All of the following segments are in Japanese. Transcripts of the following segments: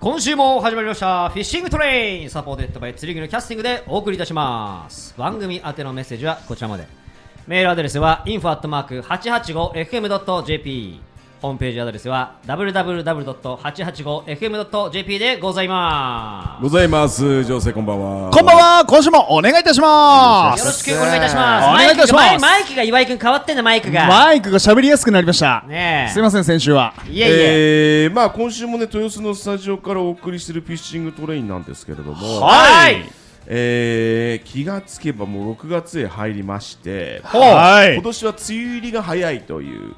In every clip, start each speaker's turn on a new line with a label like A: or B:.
A: 今週も始まりましたフィッシングトレインサポーテッドバイ釣り具のキャスティングでお送りいたします番組宛てのメッセージはこちらまでメールアドレスは info.885fm.jp ホームページアドレスは www.885fm.jp でございま
B: ございます。女性こんばんは。
C: こんばんは、今週もお願いいたしますす。
A: よろしくお願いいたします
C: お願いいたします
A: マイクがマイマイクが岩井君変わってんだマイクが
C: マイクが喋りやすくなりました。
A: ねえ
C: すいません、先週は。
A: いえいえ、
B: えーまあ今週もね豊洲のスタジオからお送りしてるフィッシングトレインなんですけれども、
A: はい
B: えー気がつけばもう6月へ入りまして、
C: は
B: 今。年は梅雨入りが早いという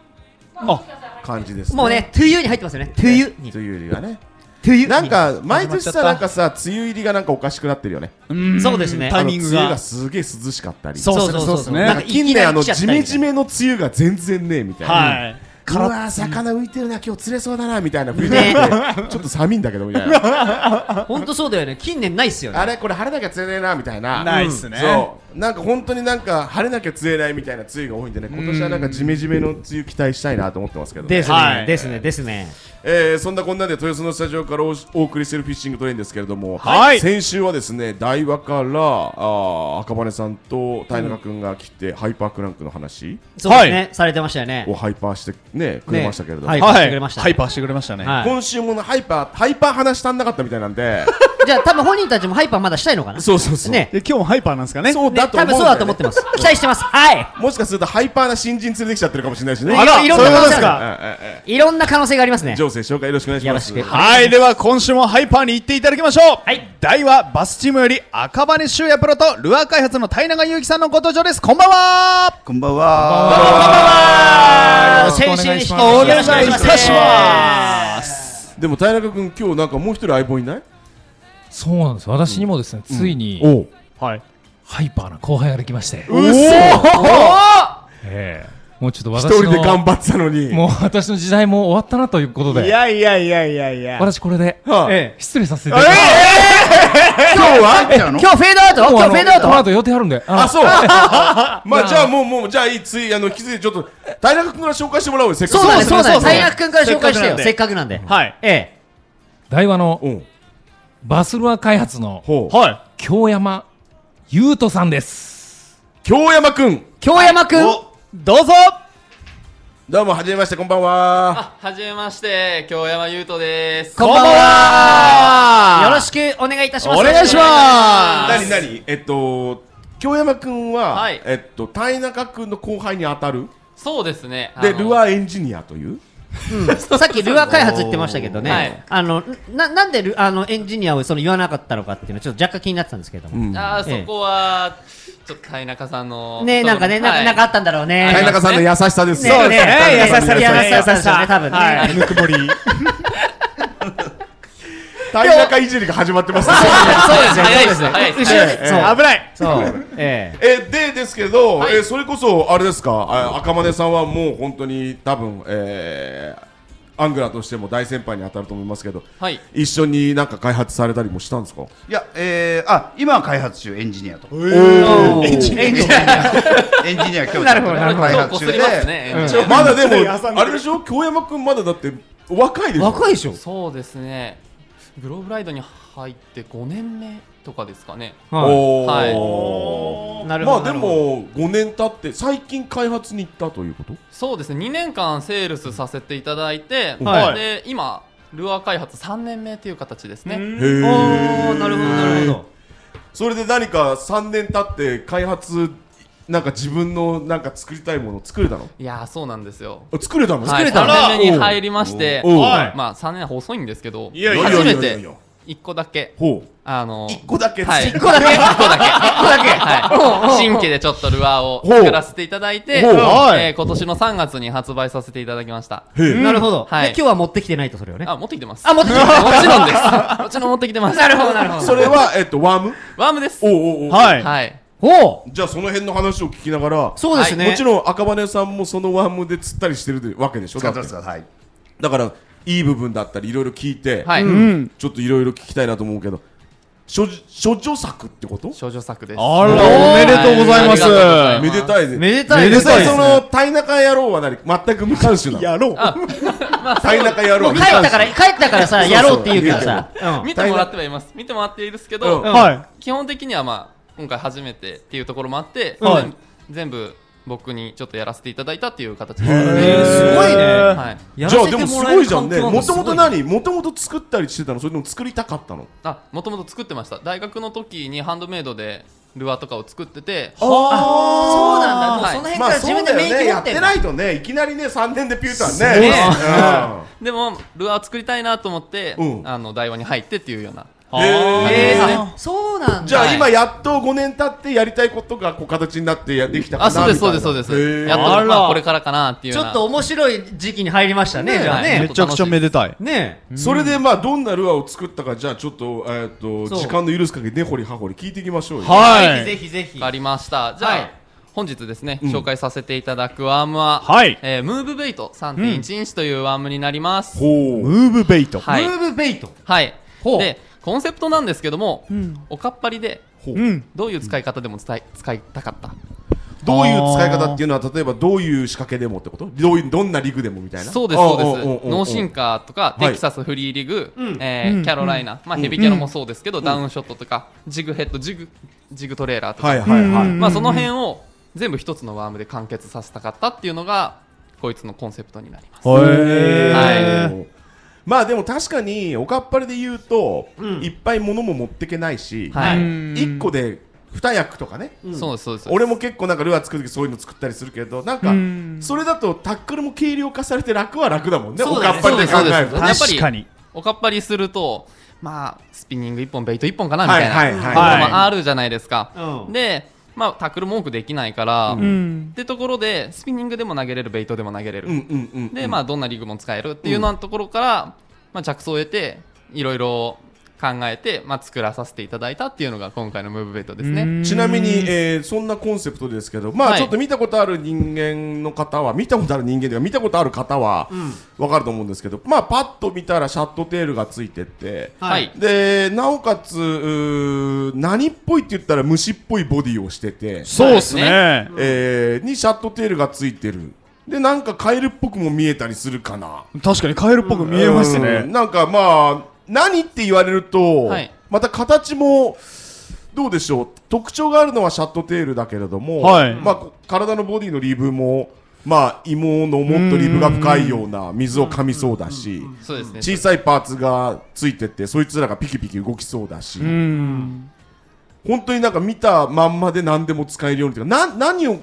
C: あ、
B: 感じですね。
A: もうね、トゥユに入ってますよね。トゥユに。
B: 梅雨入りがね。
A: トゥユ
B: なん、か毎年
A: 始まっちゃっ
B: さ
A: た
B: なんかさ梅雨入りがなんかおかしくなってるよね。
C: うん
A: そうですね
C: タイミング
B: あの梅雨
C: が
B: が。すげえ涼しかったり。
C: そうですねそうですね
B: なんか近年あのジメジ。
A: いきなり来ちゃったり
B: メの梅雨が全然ねえみたいな。
C: はい。
B: うわー魚浮いてるな今日釣れそうだなみたいな冬になってちょっと寒いんだけどみたいな
A: みたいなほんとそうだよね。近年ないっすよね。
B: あれこれ晴れなきゃ釣れねえなみたいな
C: ないっすね
B: そうなんか本当になんか晴れなきゃ釣れないみたいな梅雨が多いんでね今年はなんかジメジメの梅雨期待したいなと思ってますけどね
A: です
C: は
A: ね、
C: い
A: ですね、ですね。
B: えーそんなこんなで豊洲のスタジオからおお送りしているフィッシングトレインですけれども、
C: はい
B: 先週はですね台場からあー赤羽さんと田中君が来て、ハイパークランクの話
A: そうですね、されてましたよね
B: を。ハイパーしてねくれましたけれども、
A: ねはいハイパーしてくれましたね
C: ハイパーしてくれましたね。
A: はい
B: 今週ものハイパーハイパー話足んなかったみたいなんで
A: じゃあ、多分本人たちもハイパーまだしたいのかな。
B: そうそうそう
A: ね。
C: で、今日もハイパーなんですかね。
B: そうだ
A: ね
B: と思
A: 多
B: うん
A: 分
B: よ
A: そうだと思ってます。期待してます。は
B: もしかするとハイパーな新人連れてきちゃってるかもしれないしね。
C: あら
A: いろ
C: そういうこと
A: 可能
C: で
A: 性
C: す
A: あ
C: か。
B: ら。
A: るいろんな可能性がありますね。
B: 情勢紹介よろしくお願いします。
A: よろしく
C: はい、では今週もハイパーに行っていただきましょう。
A: はい。
C: 台はバスチームより赤羽修也プロとルアー開発の平永祐希さんのご登場です。こんばんは。
D: こんばんは。
A: あー
C: よ
A: 先
C: ろしく
A: 週
C: お願
A: に引
C: い
A: き続き
C: します
A: よ
C: お
A: ろ
C: 願い
A: し
C: い
A: くお願いしま
C: たし
A: す。
C: ます。
B: でも平中君今日なんかもう一人相棒いない？
E: そうなんです私にもですね、ついに、
B: おう。
C: はい。
E: ハイパーな後輩ができまして、
B: うっせ
E: ええもうちょっと
B: 一
E: 私
B: 人
E: の
B: で頑張ってたのに。
E: もう私の時代も終わったなということ
C: い
E: で
C: やいやいやいやいや。
E: 私これで、
B: はあ
E: ええ失礼させていただきます、
B: 今日は？
D: なの
A: 今日フェードアウト
E: もう
A: 今日
E: あの
A: フェードアウ
E: この
A: ト
E: 後予定あるんであの
B: あそう。まあじゃあもうもうじゃあいいついあの引き続きちょっと平中君から紹介してもらおうよ。せっか
A: そ
B: く
A: うだね、
C: そ
A: そうう
C: です
A: だ
C: ね
A: ね。大学君から紹介してよ。せ
C: せ
A: っ
C: っ
A: かくなんで。
C: はい。
A: ええ。
E: 台湾の
B: うん。
E: バスルア開発の
B: ほう。
C: はい。
E: 京山優斗さんです
B: 京山君。
A: 京山君
B: お
C: どうぞ
B: どうもはじめましてこんばんは。
F: あ、はじめまして、京山優斗です。
A: こんばんは
C: こんばんは
A: よろしくお願いいたします
C: お願いしま
B: なになにえっと京山君は
F: はい
B: えっと平中君の後輩に当たる。
F: そうですね。
B: でルア
F: ー。
B: ーエンジニアという。
A: すさっきルアー開発言ってましたけどね、
F: はい
A: あのななんでルあのエンジニアをその言わなかったのかっていうのはちょっと若干気になってたんですけども、
B: ん
F: あ
A: ええ
F: ー、そこは、ちょっと田中さんの。
A: ねなんかね、ななんかあったんだろうね
B: 田
F: はい
B: 中さんの優しさです
A: ね
B: よ
A: そうですね
C: 優し
A: ね
C: さですよね
A: 優しさですよね多分ね
C: はいぬくもり
B: 田中いじりが始まってます。
F: そうですね。早いですね。早いです
A: 後
F: ね。
A: ろで、そう
C: 危ない
A: そうええ
B: えでですけど、
F: はい
B: えそれこそあれですかあ赤羽さんはもう本当に多分、えー、アングラーとしても大先輩に当たると思いますけど、
F: はい
B: 一緒になんか開発されたりもしたんですか
D: いや、えー、あ、今は開発中、エンジニアと。
A: おーエンジニ
D: エンジニア今日ちょっと
A: なるほどなるほど
D: 開
F: 今日こ
D: 発
F: す
D: 中
F: ります
D: で。
F: ね。
B: まだでもあれでしょ京山君まだだって若いでしょ
A: 若いでしょ、
F: そうですね。グローブライドに入って5年目とかですかね。
A: はい
B: おー
F: はい
A: なるほど
B: まあでも5年経って最近開発に行ったということ
F: そうですね。2年間セールスさせていただいて、
A: はい
F: で、今、ルアー開発3年目という形ですね。
B: へー
A: おーなるほどなるほど
B: それで何か3年経って開発なんか自分のなんか作りたいものを作れたの
F: いやー、そうなんですよ。
B: あ作れたの、
F: はい、
A: れたの
F: 3年目に入りまして、
B: おうおう
F: はいまあ3年は遅いんですけど、
B: やいや
F: 初め
B: いやいやいや
F: て
B: いや
F: 一個だけ、
B: ほう
F: あの
B: 1個だけ、
F: はい、一
A: 1個だけ
F: 一個だけ、はい、新規でちょっとルアーを
B: ほう
F: 作らせていただいて、え
B: ほうはい
F: ー今年の3月に発売させていただきました。
B: へえ
A: なるほど、
F: はい
A: で今日は持ってきてないとそれをね
F: あ、持ってきてます。
A: あ持ってきてない
F: もちろんです。もちろん持ってきてます。なるほど、なるほ
B: それは、えっと、ワーム
F: ワームです。
B: おうおうおう
C: はい
F: はい。
A: おう
B: じゃあその辺の話を聞きながら
A: そうですね、
B: もちろん赤羽さんもそのワームで釣ったりしてるわけでしょだ
D: 使っ
B: って
D: ま
B: て
D: すから、はい。
B: だからいい部分だったりいろいろ聞いて、
F: はい。
C: うん
B: ちょっといろいろ聞きたいなと思うけど諸諸女作ってこと
F: 少女作です。
C: あら、おめでとうございます。
F: ありがとうございます
B: めでたいで
A: めでたい
B: 実
A: です
B: 際
A: ね
B: その、タイナカ野郎は何全く無関心なの
C: やろう。
B: タイナカ野郎
A: もう
B: は無
A: 帰っ
B: 関心
A: たから、帰ったからさ、
B: そう
A: やろうって言うけどさ。うん
F: 見てもらってはいます。見てもらっているんですけ
B: う
F: ど
B: ん、
C: は
F: 基本的にはまあ今回初めてっていうところもあって、
C: はい
F: 全全部僕にちょっとやらせていただいたっていう形で
A: ー
F: す。
A: すごいね
F: はい。
A: やら
B: じ
A: せ
B: ゃあ
A: て
B: でもす
A: もらえ
B: ご
A: る
B: いじゃん
A: 環
B: ね
A: 境なん
B: も
A: だす
B: と
A: ごい
B: もと何もともと作ったりしてたのそれでも作りたかったの
F: あ、もともと作ってました。大学の時にハンドメイドでルアーとかを作ってて、
A: そう
B: あ
A: なんだ、もう
F: はい
A: その辺か
B: まあ
A: ら自
B: そう
A: 分で
B: だ
A: 免
B: よね
A: 疫持
B: や
A: っ
B: って
A: んだ
B: てないとねいきなりね3年でピュータ
F: ご
B: ー
F: い
B: ね
F: ね
B: うん
F: でもルアー作りたいなと思って、
B: うん
F: あの台湾に入ってっていうような。
A: えー
B: へー
A: あそうなんだ
B: じゃ
F: は
B: あ
F: い
B: 今やっと5年経ってやりたいことがこう形になってやできたかな
F: あ、そうです
B: みたい
F: そ
B: う
F: で
B: な
F: すそうです。
B: へー
F: やっ
A: あら
F: とまあこれからかなっていう
A: ち
F: よ
A: ょ
F: うな。
A: っと面白い時期に入りましたね
F: ね
A: じゃあ
F: は
A: ね
C: い。めちゃくちゃめでたい。
A: ねえ
B: それでまあどんなルアーを作ったかじゃあちょっとえーっと
A: そう
B: 時間の許す限り根掘り葉掘り聞いていきましょうよ
C: はい
A: ぜひぜひぜひ
F: わかりました。じゃあ、
A: はい
F: 本日ですね、
B: ん
F: 紹介させていただくワームは、
C: はい
F: えームーブベイト3.1インチというワームになります。
B: ほう
C: ムーブベイト。
F: はい
A: ム。ーブベイト
F: はい。
A: ほう
F: で、コンセプトなんですけども、おかっぱりで、
C: うん。
F: どういう使い方でも伝え使いたかった。
B: どういう使い方っていうのは例えばどういう仕掛けでもってことどういうどんなリグでもみたいな
F: そうです、そうです
B: あおうおうおうお。う
F: ノーシンカーと
B: は
F: か、
B: い
F: テキサスフリーリグ、
A: ん
F: え
C: う
F: ー
C: ん
F: キャロライナ、まあ、ヘビキャロもそうですけど、ダウンショットとか、ジグヘッド、ジグ、ジグトレーラーとか、
B: はいはいは
C: うん
B: い
F: まあ、その辺を全部一つのワームで完結させたかったっていうのが、こいつのコンセプトになります。
C: へ
F: は
C: ー。
B: まあでも確かにおかっぱりで言うと、いっぱい物も持ってけないし、
F: はい
B: 1個で2役とかね、
F: そうです、そうです。
B: 俺も結構なんかルアー作る時そういうの作ったりするけどなんか
C: うん
B: それだとタックルも軽量化されて楽は楽だもんね
A: そ
B: お
A: うだ
B: か
A: ね
B: っぱりで考
F: そう
B: え
F: で
B: る
F: す
B: と
F: そう
B: ね
F: ですやっぱり
C: 確かに。
F: おかっぱりすると、まあ、スピニング1本、ベイト1本かなみ
B: は
F: た
B: い
F: いな、
B: はい
C: は
B: はい
F: まあ、あるじゃないですか。
A: うん
F: で、まあ、タックルも多くできないから、
B: う
C: うん。
F: ってところで、スピニングでも投げれる、ベイトでも投げれる、
B: いうんうんうん
F: で、まあ、どんなリグも使えるっていうようなところから、まあ、着想を得て、いろいろ考えて、まあ、作らさせていただいたっていうのが、今回のムーブベイトですね。
B: ちなみに、えーそんなコンセプトですけど、まあ、
F: はい
B: ちょっと見たことある人間の方は見たことある人間というか見たことある方はわかると思うんですけど、まあ、パッと見たらシャットテールがついてて、
F: はい
B: でなおかつうー何っぽいって言ったら虫っぽいボディをしてて、
C: そうですね。
B: えーにシャットテールがついてるでなんかカエルっぽくも見えたりするかな
C: 確かにカエルっぽく見えます
B: うん
C: ね。
B: なんかまあ何って言われると、
F: はい
B: また形もどうでしょう特徴があるのはシャットテールだけれども、
C: はい
B: まあこ、体のボディのリブもまあ芋のもっとリブが深いような水を噛みそうだし
F: そうですね。
B: 小さいパーツがついててそいつらがピキピキ動きそうだし、
C: うん。
B: 本当になんか見たまんまで何でも使えるようにというかな何を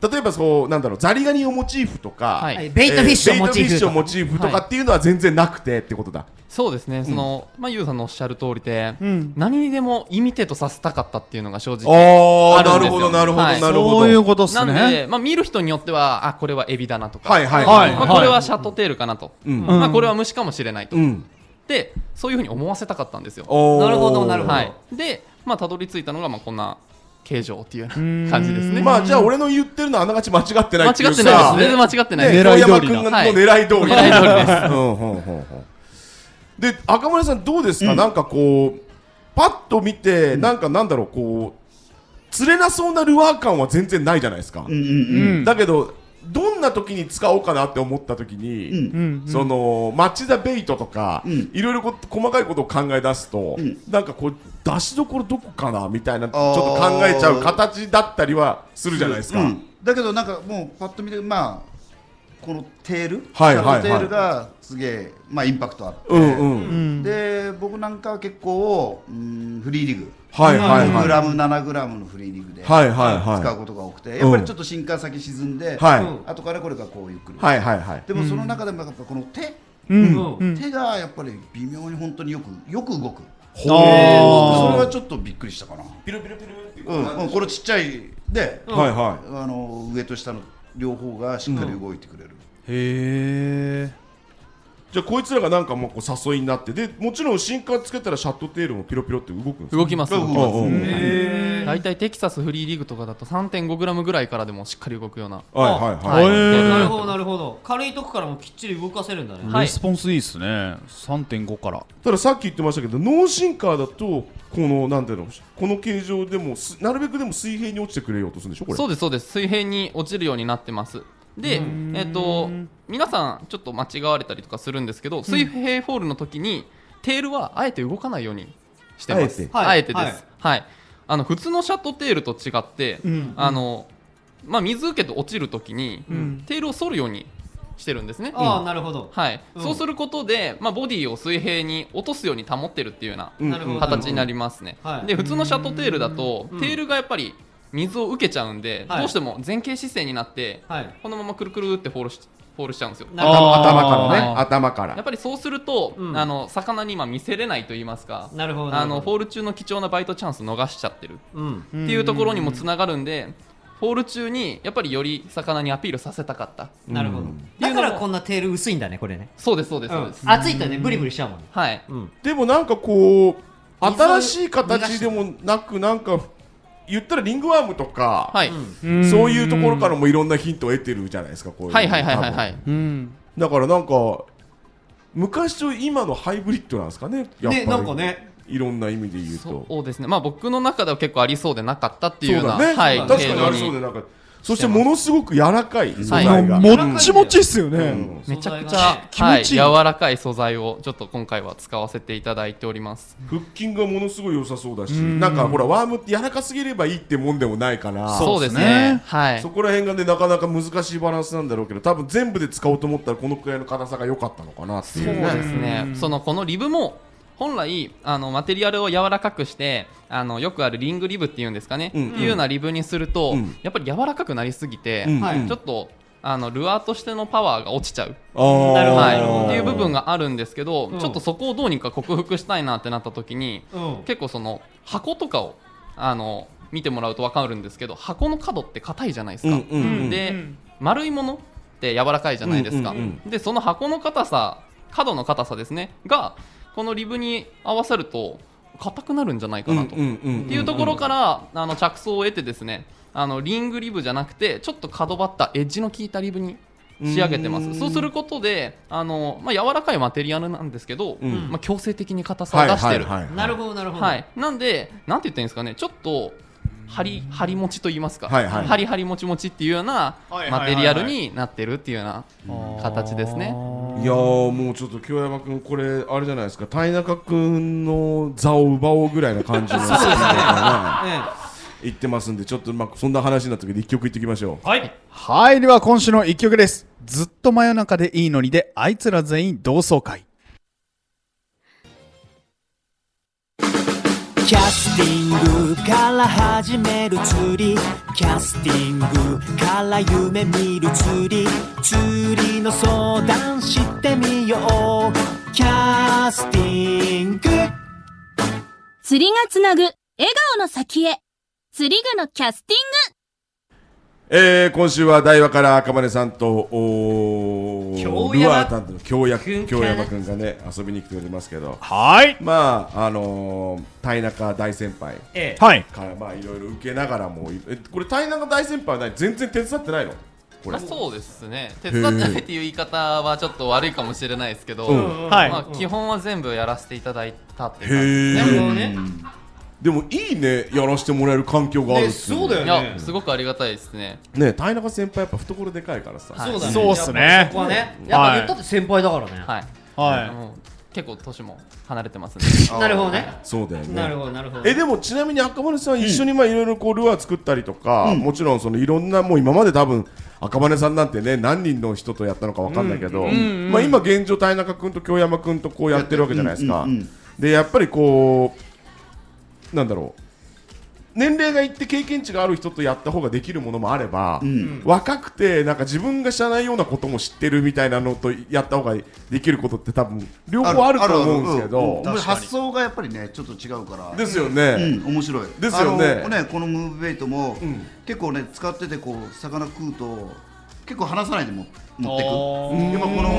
B: 例えばそうなんだろうザリガニをモチーフとか、
F: はい
A: ベイトフィッシュをモチーフ
B: ベイトフィッシュをモ
A: と
B: チーフとかっていうのは全然なくてってことだ、
F: そうですね、その、まあ、ゆうさんのおっしゃる通りで、
C: ん
F: 何にでもイミテートさせたかったっていうのが正直。
B: ああ
F: あ
B: な
F: るん
B: る
F: です
B: ほ
F: よ
B: どなるほど、
F: はい
B: なるほ
C: そうい
B: ど
C: うことっす
F: な
C: ね。
F: んで、まあ、見る人によっては、あ、これはエビだなとか、
B: はいはい
C: はい
F: まあ、これはシャトテールかなと、
B: うん
F: まあ、これは虫かもしれないと、
B: うん
F: で、そういうふうに思わせたかったんですよ。
B: おー
A: なるほどなるほど
F: はい、で、まあ、たどり着いたのが、まあ、こんな形状っていう ような感じですね。
B: まあじゃあ俺の言ってるのはあながち間違ってない
F: 間違ってないです。全
B: ね
F: 然間違ってない
B: ね
F: です。
C: 狙い通りな
B: 遠山君がの狙い通り
F: はい狙
B: で
F: い通り
B: すうんうんうんうんで赤村さんどうですか、なんかこうパッと見て、なんかなんだろうこう釣れなそうなルアー感は全然ないじゃないですか、
D: うんうんうん。
B: だけどどんな時に使おうかなって思った時に、
C: うん。
B: その町田ベイトとか、
D: うん
B: いろいろこ細かいことを考え出すと、
D: ん
B: なんかこう出しどころどこかなみたいなちょっと考えちゃう形だったりはするじゃないですか、
D: うんだけどなんかもうパッと見てまあこのテール、
B: はい
D: シャ
B: はいはい
D: ドーテールがすげえまあインパクトあって、
B: うんうん、
D: で僕なんかは結構うんフリーリグ、
B: はいはい
D: 6グ
B: はい
D: ラム7グラムのフリーリグで
B: は
D: 使
B: いはいはいう
D: ことが多くてやっぱりちょっと新幹先沈んで、
B: はい
A: うん
D: 後からこれがこうゆっくり、
B: はいはいはい
D: でもその中でもやっぱこの手、
A: うんうん
D: 手がやっぱり微妙に本当によくよく動く
B: ほ
D: それ
B: ー
D: はちょっとびっくりしたかな、
B: ピロピロピロっていう
D: うん
B: 感
D: うん、
B: じ
D: これちっちゃいで、
B: はいは
D: あの上と下の両方がしっかり動いてくれる、
C: へえ。
B: じゃあこいつらがなんかもうこう誘いになってでもちろん新刊つけたらシャットテールもピロピロって動くんですか
F: 動きます動きます
B: うんうんうん
F: 大体テキサスフリーリーグとかだと 3.5g ぐらいからでもしっかり動くような
B: はいはいはい
F: はい
A: なるほどなるほど軽いとこからもきっちり動かせるんだね、
F: はい
C: レスポンスいいですね3.5から
B: たださっき言ってましたけど脳進化だとこのなんていうのこの形状でもすなるべくでも水平に落ちてくれようとするんでしょこれ
F: そうですそうです水平に落ちるようになってますでえっ、と皆さんちょっと間違われたりとかするんですけど水平フォールの時にテールはあえて動かないようにしてま
A: あ
F: す
A: えてはい
F: あえてですはい、あの普通のシャットテールと違って、あのまあ水受けて落ちる時に、テールを反るようにしてるんですね
A: ああなるほど、
F: はい、
A: うん
F: そうすることで、まあ、ボディを水平に落とすように保ってるっていうような
B: うん
A: なるほど
F: 形になりますね、
A: はい
F: で普通のシャトテールだと、
A: うん
F: テールがやっぱり水を受けちゃうんで、
A: はい
F: どうしても前傾姿勢になって、
A: はい
F: このままくるくるってフォールしフォールしちゃうんですよ
A: なるほ
B: 頭
A: ど
B: 頭から
C: あ
B: ね
C: ー
B: 頭か
F: やっ
B: ら
F: ぱりそうすると、
A: うん
F: あの魚に今見せれないと言いますか
A: なるほど
F: あのフォ
A: ー
F: ール中の貴重なバイトチャンス逃しちゃってる
A: ルうん
F: っていうところにもつながるんでフォール中にやっぱりより魚にアピールさせたかった
A: なるほど、だからこんなテール薄いんだねこれね、
F: そうですそうです
A: う
F: そうで
A: ん
F: す、、
A: 熱いとねブリブリしちゃうもんね、
F: はい
A: うん、
B: でもなんかこう
A: 水を
B: 新しい形でもなくなんか言ったらリングワームとか、
F: はい、
A: うん
B: そういうところからもいろんなヒントを得てるじゃないですかこういうの
F: はいはいはいはいはい
B: 多分だからなんか昔と今のハイブリッドなんですかねやっぱ
A: ね
B: り
A: なんかね
B: いろんな意味で言うと
F: そうですね、まあ、僕の中では結構ありそうでなかったっていうような、
B: だね、
F: はい、
B: 確かにありそうでなんかそしてものすごく柔らかい素材が、
C: もっちもちっすよね、
B: うん
F: めちゃく
A: 素材
F: ち
A: がね
F: ゃ、
C: 気持ちいい
F: はい、柔らかい素材をちょっと今回は使わせていただいております。
B: 腹筋がものすごい良さそうだしなんかほらワームって柔らかすぎればいいってもんでもないから
F: そうですね、はい
B: そ、こら辺がねなかなか難しいバランスなんだろうけど多分全部で使おうと思ったらこのくらいの硬さが良かったのかなっていう
F: そう
B: ね
F: ですね、そのこのリブも本来あのマテリアルを柔らかくしてあのよくあるリングリブっていうんですかね、
B: うん
F: っていうようなリブにすると、
B: うん
F: やっぱり柔らかくなりすぎて、
B: うん
A: はい
F: ちょっとあのルアーとしてのパワーが落ちちゃう、
B: あー
A: なるほど
F: はい、っていう部分があるんですけど、
A: うん
F: ちょっとそこをどうにか克服したいなってなった時に、
A: うん
F: 結構その箱とかをあの見てもらうと分かるんですけど箱の角って硬いじゃないです
B: うん
F: か、
B: うんうん
F: で、丸いものって柔らかいじゃないですか、
B: うんうん
F: でその箱の硬さ角の硬さですねがこのリブに合わさると硬くなるんじゃないかなと、っていうところからあの着想を得てですねあのリングリブじゃなくてちょっと角張ったエッジの効いたリブに仕上げてますそうすることであの、まあ、柔らかいマテリアルなんですけど、
B: うん
F: まあ、強制的に硬さ
B: は
F: を
B: い
F: 出して
B: は
F: る、
B: いはい
A: なる
B: ほ
A: ほどなるほど、
F: はい、なんで、なんて言ったらいいんですかね、ちょっと張り張り持ちと言いますか、
B: はいはい
F: 張り張りもちもちっていうような
C: はいはいはい
F: マ
C: はい
F: テリアルになってるっていうような形ですね。
B: いやーもうちょっと京山君これあれじゃないですか田中君の座を奪おうぐらいな感じのそう ですね言ってますんでちょっとまあそんな話になったけど一曲言ってきましょう
A: はい
C: はいでは今週の一曲ですずっと真夜中でいいのにであいつら全員同窓会
G: キャスティングから始める釣りキャスティングから夢見る釣り釣りの相談してみようキャスティング
H: 釣りがつなぐ笑顔の先へ釣り具のキャスティング
B: えー、今週は台場から赤羽さんとおー
A: 京山
B: ルアー担当の京山
A: 君か
B: 京山君がね遊びに来ておりますけど
C: はい
B: まああのー、田中大先輩
A: ええ
C: はい
B: からまあいろいろ受けながらもえこれ田中大先輩は何全然手伝ってないのこれ
F: あそうですね手伝ってないっていう言い方はちょっと悪いかもしれないですけど、
B: うん
C: はい
F: まあ、基本は全部やらせていただいたっていう
B: へ
F: 感じ
B: ー
A: なるほどね
B: でもいいねやらせてもらえる環境があるっ
A: ね
B: てい
A: そうだよ
F: い
A: ね
F: やすごくありがたいですね
B: ね田中先輩やっぱ懐でかいからさ、
F: はい
A: そうだね
C: そうっすね
A: そこはねやっぱ言ったって先輩だからね、
F: はい、
C: は
F: もう結構年も離れてますね
A: なるほどね
B: そうだよね
A: なるほどなるほど
B: えでもちなみに赤羽さん一緒にまあいろいろこうルアー作ったりとか、もちろんそのいろんなもう今まで多分赤羽さんなんてね何人の人とやったのかわかんないけど、まあ今現状田中君と京山君とこうやってるわけじゃないですか、
D: うんうんうん
B: でやっぱりこうなんだろう年齢がいって経験値がある人とやった方ができるものもあれば、若くてなんか自分が知らないようなことも知ってるみたいなのとやった方ができることって多分両方あると思うんですけど
D: あるあるうん発想がやっぱりねちょっと違うから
B: ですよね。
D: うん、面白い
B: ですよね
D: あのねこのムーブベイトも、結構ね使っててこう魚食うと結構離さないでも持ってく今この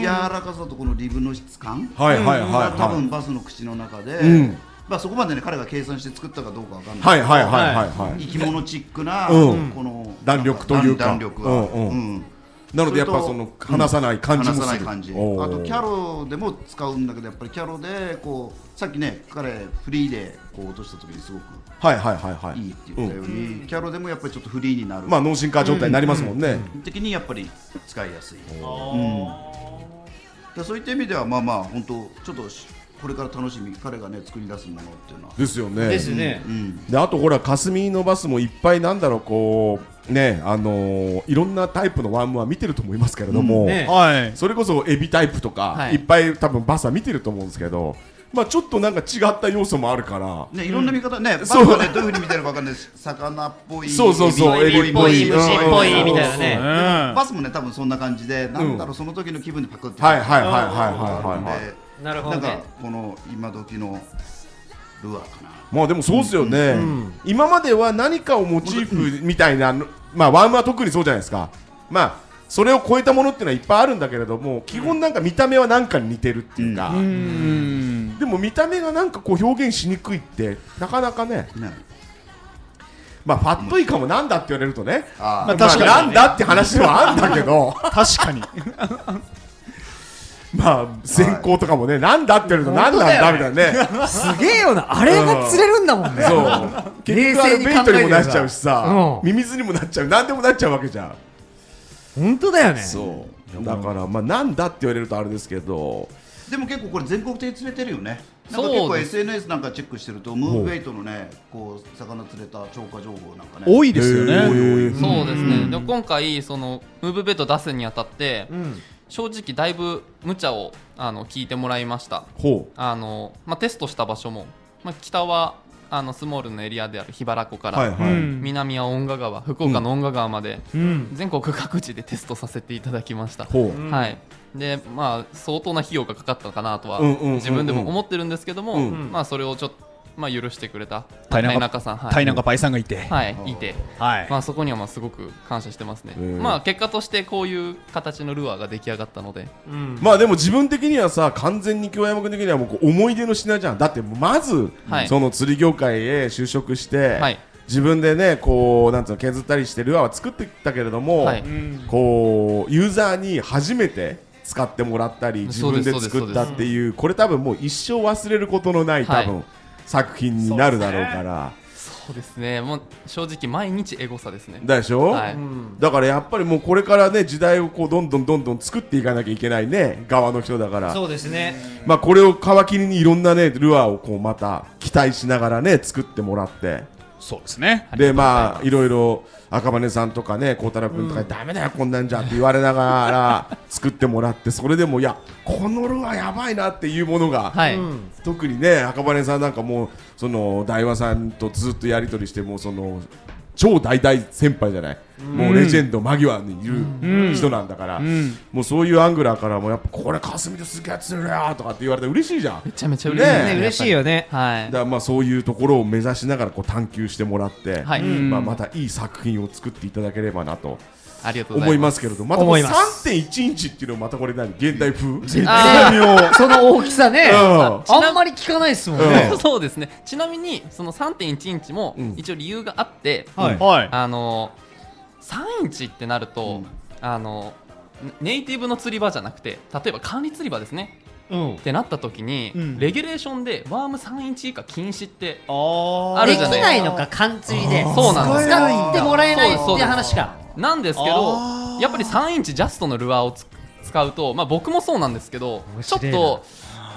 D: 柔らかさとこのリブの質感
B: はいはいはいはい
D: が多分バスの口の中で、
B: ん
D: まあ、そこまでね彼が計算して作ったかどうかわかんない、
B: はいはいはいはいはい
D: 生き物チックな、
B: うん
D: この
B: 弾力というか
D: 弾弾力が、
B: うんうん
D: うん
B: なのでやっぱその離さない感じも
D: 離さ
B: す
D: ない
B: る
D: 感じあ
B: おー
D: とキャロでも使うんだけどやっぱりキャロでこうさっきね彼フリーでこう落とした時にすごく
B: はいはいはいはい
D: いいって言ったように、キャロでもやっぱりちょっとフリーになる、
B: まあ脳進化状態になりますもんね、
D: 的にやっぱり使いやすい、うん、でそういった意味ではまあまあ本当ちょっとしこれから楽しみ彼がね作り出すものっていうのは、
B: ですよね
A: ですね、
D: うん、
B: であとほら霞のバスもいっぱいなんだろうこうねあのーいろんなタイプのワンマン見てると思いますけれども、
A: うんね
C: はい。
B: それこそエビタイプとか、
F: はい
B: い、っぱい多分バスは見てると思うんですけどまあちょっとなんか違った要素もあるから
D: ねいろんな見方ね、バス
B: そう
D: はねどういうふうに見てるかわかんないです魚っぽい
B: そうそうそう
D: エビっぽい
B: エビっぽい
D: うん
B: 虫っぽい
D: うん
B: みたい
A: なね
D: そうそうでもバスもね多分そんな感じでなんだろうその時の気分でパクって
B: はいはいはいはいはいはいはい
D: で
A: なるほ
D: な
A: ど
D: ん
A: ね
D: かこの今時のルアーかな
B: まあでもそうですよね、今までは何かをモチーフみたいな、まあワンマンは特にそうじゃないですかまあそれを超えたものっていうのはいっぱいあるんだけれども基本なんか見た目は何かに似てるっていうか、
C: うん。
B: でも見た目がなんかこう表現しにくいってなかなかね
D: ね
B: まあファットイカもなんだって言われるとね、
D: あ
B: ま
D: ー
B: あ、確かになんだって話ではあるんだけど
C: 確かに。
B: まあ先行とかもね、なんだって言われると何なんだみたいなね
I: すげえよなあれが釣れるんだもんね
B: そう結局あれベイトにもなっちゃうしさ、
I: うん
B: ミミズにもなっちゃう何でもなっちゃうわけじゃん
I: 本当だよね
B: そうだからまあなんだって言われるとあれですけど
D: でも結構これ全国的に釣れてるよねなんか結
F: そう
D: 構
F: です
D: SNS なんかチェックしてるとムーブウェイトのねこう魚釣れた超過情報なんかね
C: 多いですよ
B: へー
C: ね。
F: そうですね、でも今回そのムーブベッド出すにあたって、正直だいぶ無茶をあの聞いてもらいました
B: ほ
F: あの、まあ、テストした場所も、まあ、北はあのスモールのエリアである桧原湖か
B: う
F: ら、
B: はいはい、
F: 南は遠賀川福岡の遠賀川まで、
I: うん
F: 全国各地でテストさせていただきました、
B: ほ
A: ん
F: はいでまあ相当な費用がかかったかなとは
B: うんうんうんうん
F: 自分でも思ってるんですけども、
B: うん
F: まあそれをちょっと、まあ、許してくれた
C: 田
F: 田
C: 中
F: 中さんは
C: タイ
F: い、
C: なんかパイさんがいて。
F: はい、いて
C: はい
F: まあ、そこにはまあすごく感謝してますね、
B: うん
F: まあ、結果としてこういう形のルアーが出来上がったので
A: うん
B: まあでも自分的にはさ完全に京山君的にはもうこう思い出の品じゃんだってまず、
F: はい
B: その釣り業界へ就職して、
F: はい
B: 自分でねこうなんつうの削ったりしてルアーは作ってきたけれども、
F: はい
B: こうユーザーに初めて使ってもらったり自
F: そう
B: 分
F: です
B: で
F: そう
B: 作っ
F: です
B: たっていうこれ多分もう一生忘れることのない多分、
F: は
B: 作品になるだろうから
F: そうですねもう正直毎日エゴサですね
B: だでしょ、
F: はい
B: だからやっぱりもうこれからね時代をこうどんどんどんどん作っていかなきゃいけないね側の人だから
A: そうですね
B: まあこれを皮切りにいろんなねルアーをこうまた期待しながらね作ってもらって
C: そうですね。
F: あ
B: で
F: りがとうございます
B: まあいろいろ赤羽さんとかね孝太郎君とか、ダメだよこんなんじゃって言われながら作ってもらってそれでもいやこのルアーやばいなっていうものが、
F: はい、
B: 特にね赤羽さんなんかもうその大和さんとずっとやり取りしてもうその超大大先輩じゃない、もうレジェンド間際にいる人なんだから、もうそういうアングラーからもやっぱこれ霞ですげえ釣れるよとかって言われたら嬉しいじゃん
F: めちゃめちゃ嬉しいです
A: ね
F: ね
A: 嬉しいよね
F: は
B: だ
F: い
B: からまあそういうところを目指しながらこう探求してもらって、
F: はい
B: まあ、またいい作品を作っていただければなと
F: ありがとうござ
B: 思
F: い
B: い
F: ま
B: ますすけれどもまたこ
A: 思
B: れ
A: います
B: 3.1インチっていうのはまたこれ何現代風絶
F: あ
I: その大きさね
B: うん
I: あんまり聞かないですもんね
B: うん
F: そうですねちなみにその3.1インチも
B: うん
F: 一応理由があって、
A: はい
C: はい。
F: あの3インチってなると、あのネイティブの釣り場じゃなくて例えば管理釣り場ですね
A: うん
F: ってなった時に、
C: ん
F: レギュレーションでワーム3インチ以下禁止って
A: あ
F: あ
A: で
F: る
A: き
F: じゃない
A: ないのか貫通で
F: そうなんです
A: 使ってもらえないって
F: そうそうです
A: 話か
F: なんですけどやっぱり3インチジャストのルアーをつ使うと、まあ、僕もそうなんですけど
A: 面
F: ちょっ
A: 白いな
F: と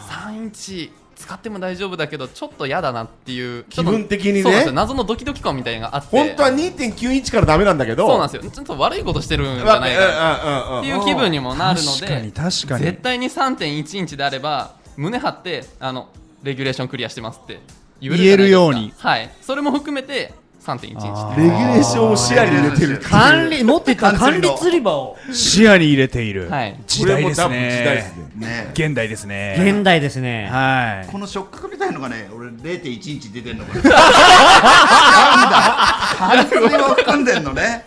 F: 3インチ使っても大丈夫だけどちょっと嫌だなっていう
B: 気分的に
F: ちょっとそうなんですよ
B: ね
F: 謎のドキドキ感みたいなのがあって
B: 本当は2.9インチからダメなんだけど
F: そうなんですよちょっと悪いことしてるんじゃないか
B: うんうん
F: な
B: うんうん
F: っていう気分にもなるの
C: 確かに
F: で
C: 確かに
F: 絶。対に3.1インチであれば胸張ってあのレギュレーションクリアしてますって言えるじゃないですか
C: 言えるように
F: はいそれも含めて3.1インチって
B: レギュレーションを視野に入れてる
A: 管理持ってた管
D: 管理
A: 理
D: の
A: 釣り場を
C: 視野に入れている
F: はい。
C: 時代です
B: これも多分時代で
C: ね
B: すね。
D: ね
C: 現代ですね。
A: 現代ですね
C: はい。
D: この触覚みたいのがね俺0.1インチ出てんのこれなんだ半分を含んでんのね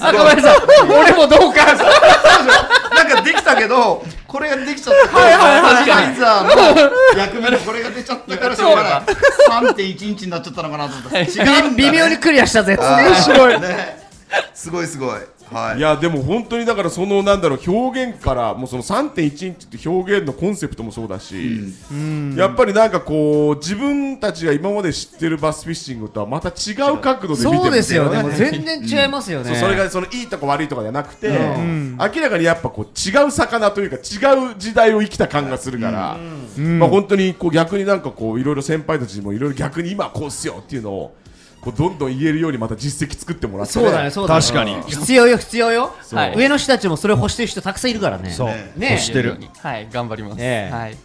D: あごめんなさい俺も同感なんかできたけどこれができちゃったはいはいはいはいザーの薬味のこれが出ちゃったからしょうがない3.1インチになっちゃったのかなと思った違うんだね
B: 微妙にクリアしたぜ
D: 面白いねすごいすごいはい
I: いやでも本当にだからそのなんだろう表現からもうその3.1インチって表現のコンセプトもそうだし、やっぱりなんかこう自分たちが今まで知ってるバスフィッシングとはまた違う角度で見てる
B: そうですよ
I: ね
B: ねもう全然違いますよね、
I: そうそれがそのいいとこ悪いとかじゃなくて、明らかにやっぱこう違う魚というか違う時代を生きた感がするから、まあ、本当にこう逆になんかこういろいろ先輩たちにもいろいろ逆に今はこうっすよっていうのをこうどんどん言えるようにまた実績作ってもらってね、
A: そうだね、そうだね。確かに。
B: 必要よ必要よ、
F: うはい
B: 上の人たちもそれを欲してる人たくさんいるからね
C: そう
D: ね
B: ね
C: してる
F: ようにはい頑張ります、
A: ええ
F: はい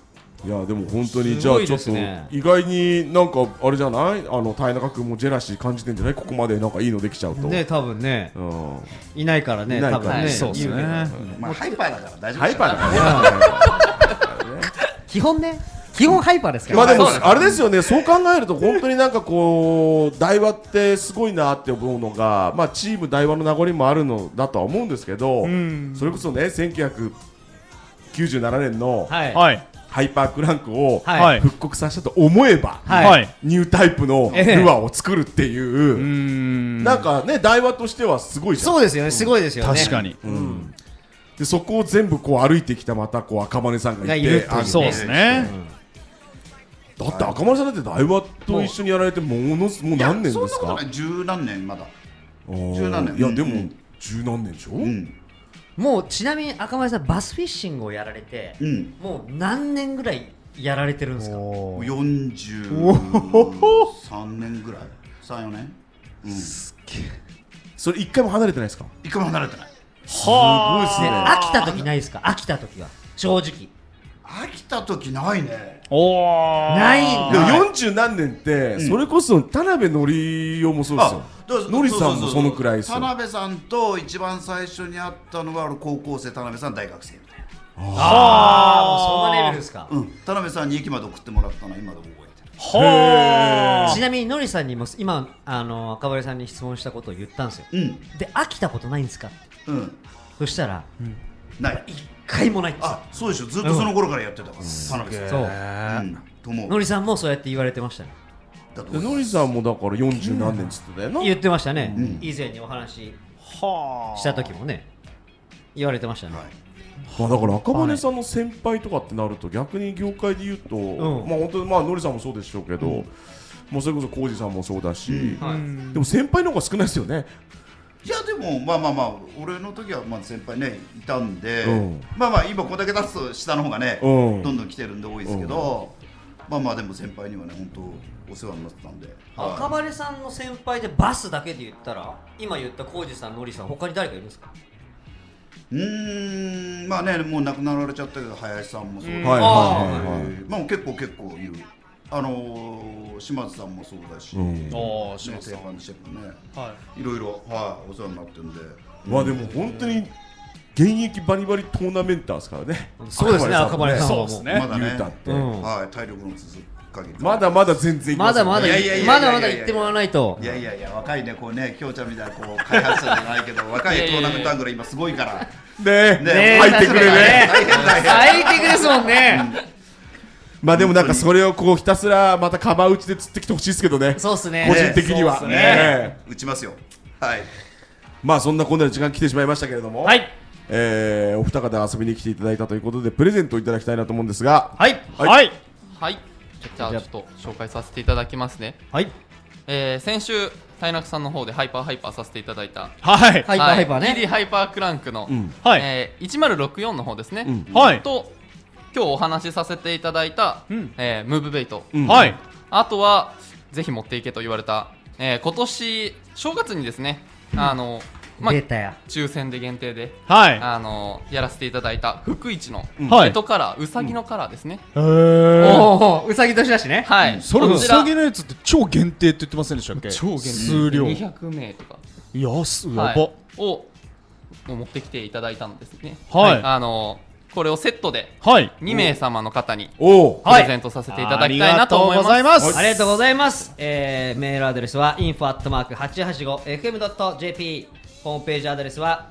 I: いやでも本当に
A: す
I: じゃあ
A: ごい
I: ちょ
A: で
I: っ
A: す
I: と
A: ね
I: 意外になんかあれじゃないあの田中君もジェラシー感じてんじゃないここまでなんかいいのできちゃうと、
A: ね、多分ね、
I: うん、
A: いないからね、
I: いないか
A: 多
I: ら
A: 分ね。
C: そうです
A: 言うけど
C: ね。
D: まあハイパーだから大丈夫
I: ハイパーだ
D: だ
I: からね
B: 基本ね基本ハイパーですか
I: ま
B: ら、
I: あでもあれですよねそう考えると本当になんかこう台湾ってすごいなって思うのがまあチーム台湾の名残もあるのだとは思うんですけど、それこそね1997年の
A: はい。
C: はい。
I: ハイパークランクを
A: はい
C: はい。
I: 復刻させたと思えば、
A: はい
C: はい。
I: ニュータイプのルアーを作るっていう。
C: うーん。
I: なんかね、台話としてはすごいじゃん。
B: そうですよねすごいですよね
C: 確かに。
I: で、そこを全部こう歩いてきた、またこう赤羽さんがい
B: がいる
I: て
B: と。
I: あ
C: そうですね。
I: だって赤羽さんだって台話と一緒にやられて、ものす、もう
D: いや
I: 何年です
D: そんな
I: か
D: ことない十何年まだ
I: あー
D: 十何年
I: いや、で
D: う
I: も
D: ん、
I: 十何年でしょ
D: うん
A: もうちなみに赤丸さん、バスフィッシングをやられて、
D: うん
A: もう何年ぐらいやられてるんですか
D: 43年ぐらい34年うん一
I: それ一回も離れてないですか
D: 回も離れてない
A: ね飽きた時ないですか飽きた時は。正直。
D: 飽きた時ないね
C: おー。
B: ないん
I: でも
B: だ
I: 40何年って、それこそ田辺紀夫もそうですよ。のりさんもそのくらいです
D: 田
I: よ。
D: 辺さんと一番最初に会ったのは俺高校生田辺さん大学生みたいな、
A: ああ、もうそんなレベルですか。
D: うん、田辺さんに駅まで送ってもらったのは今でも覚えてる
C: は
A: ちなみにのりさんにも今あの赤羽さんに質問したことを言ったんですよ、で飽きたことないんですか
D: うん
A: そしたら
D: ない
A: 一回もないんですよ
D: あそうでしょずっとその頃からやってたから、田辺さん
A: そう
D: うんと思う
A: のりさんもそうやって言われてましたね
D: だと
I: で
D: 思う
I: のりさんもだから40何年っつってたよな。
A: 言ってましたね、
D: ん
A: 以前にお話しした時もね言われてましたね、
D: はい
I: まあだから赤羽さんの先輩とかってなると逆に業界で言うと、
A: ん
I: まあ本当にまあノリさんもそうでしょうけど、もうそれこそ浩二さんもそうだし、
A: はい
I: でも先輩の方が少ないですよね。
D: いやでもまあまあまあ俺の時はまあ先輩ねいたんで、
I: うん
D: まあまあ今こんだけ出すと下の方がね、
I: うん
D: どんどん来てるんで多いですけど、まあまあでも先輩にはね本当お世話になってたんで、
A: 赤羽さんの先輩でバスだけで言ったら今言った浩二さんのりさん他に誰かいるんですか
D: うーんまあねもう亡くなられちゃったけど林さんもそうだし、
I: はい
A: あ
I: はいはいはい。
D: まあ結構結構いるあのー、島津さんもそうだし、
I: うん
D: ね、
C: おー、し
D: 島
C: ます
D: 津
C: よ
D: さんシェフね
C: はい
D: ろいろはいお世話になってるんで
I: まあでも本当に現役バリバリトーナメンターですからね。
A: そうですね
I: さんも
A: 赤羽さんはも
C: そううです
I: 言
C: ね
I: う。
D: まだね
I: たって、
A: うん
D: はい体力の続く限り
I: まだまだ全然いき
A: まだまだ
D: い
I: よ
D: や
I: ね
D: いやいやいやいや
A: まだまだ言ってもらわないと
D: いやいやいや若いねこうねきょうちゃんみたいなこう開発者じゃないけど若いトーナメントアングル今すごいから
I: ねえ
D: ね
I: 入ってくれね。
D: 大変大変
B: 最適ですもんね
I: まあでもなんかそれをこうひたすらまたカバー打ちで釣ってきてほしいですけどね。
B: そうっすね
I: 個人的には。
D: ね打ちますよはい
I: まあそんなこんなで時間来てしまいましたけれども、
A: はい
I: えーお二方遊びに来ていただいたということでプレゼントをいただきたいなと思うんですが、
A: はい
C: はい。
F: はいじゃあちょっと紹介させていただきますね、
A: はい
F: えー、先週田中さんの方でハイパーハイパーさせていただいた
C: はい。
B: ハイパーハイパーね
F: はい TD ハイパークランクの、
I: ん
C: はい
F: えー1064の方ですね、
I: うん
C: はい
F: と今日お話しさせていただいた、
C: ん
F: えームーブベイト、
I: うん
C: はい。
F: あとはぜひ持っていけと言われた、えー今年正月にですねあの、まあ
B: 出、たよ
F: 抽選で限定で、
C: はい。
F: あのやらせていただいた福一の
C: はい
F: 干支カラーうさぎのカラーですね、
C: へー。
B: おおうさぎ年だしね
F: はい
C: それ
F: こ
C: う
F: ちら
C: さぎのやつって超限定って言ってませんでしたっけ超限定数量安
F: 200名と
C: っ
F: か
C: や
F: は
C: ば、
F: い、を持ってきていただいたのですね。
C: はい
F: あのこれをセットで
C: はい
F: 2名様の方に
I: おお
F: プレゼントさせていただきたいなと思いま
C: ありがとうご
F: す。
C: ざいます
A: ありがとうございます、えー、メールアドレスは info.885fm.jp フホームページアドレスは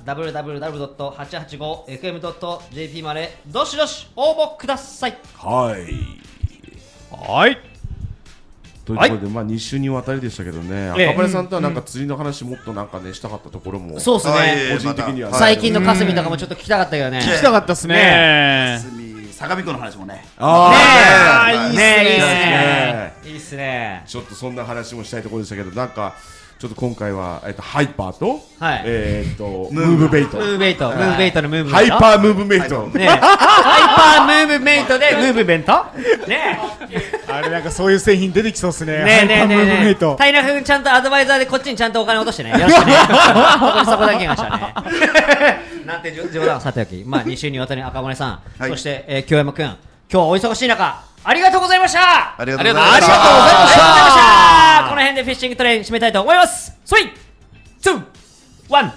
A: www.885fm.jp までどしどし応募ください
B: はい
C: はい
B: というところで、まあ2週にわたりでしたけどね、
A: ええ
B: 赤羽さんとはなんか釣りの話もっとなんかねしたかったところも、
A: そうっすね
B: はい個人的には、
A: 最近のかすみとかもちょっと聞きたかったけどね
C: 聞きたかったっすね
D: み相模湖の話もね
B: あ
A: ねえいいっ
B: ーはい
A: す
B: ね
A: ねいいっすね
B: ちょっとそんな話もしたいところでしたけど、なんかちょっと今回はえっとハイパーと、
A: はい
B: えーっとムーブベイト、
A: ムーブメイトムーブメイトのムーブ
B: ハ
A: メイ
B: イ
A: ト
B: パームーブベイト、
A: ねえハイパームーブメイトでムーブメントね
C: あれなんかそういう製品出てきそうっすね
A: えねえねえね
C: ハイパームーブメ
A: えね
C: イト
A: 平君ちゃんとアドバイザーでこっちにちゃんとお金落として ねよろしくねそこにそこだけ言いましたねなんて冗談はさておきまあ2週にわたり赤羽さん、
D: はい
A: そして、えー、京山君今日はお忙しい中ありがとうございました
D: ありがとうございまし
A: ありがとうございました
D: た
A: この辺でフィッシングトレイン締めたいと思います321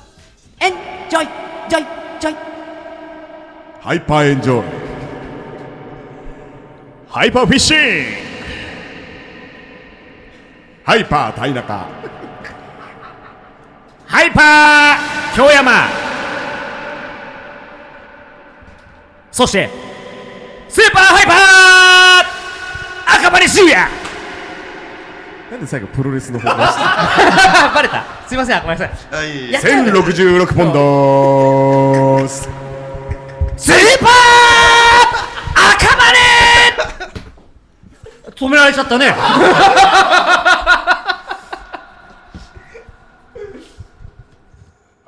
A: エンジョイジョイジョイ
B: ハイパーエンジョイ。
C: ハイパーフィッシング
B: ハイパー田中
C: ハイパー京山
A: そして
C: スーパーハイパー赤羽修也
B: なんで最後プロレ スの方が
A: あバレたすいませんごめんなさい
D: はい
A: やっちゃうね
B: 1066ポンドース
A: スーパー赤羽止められちゃったね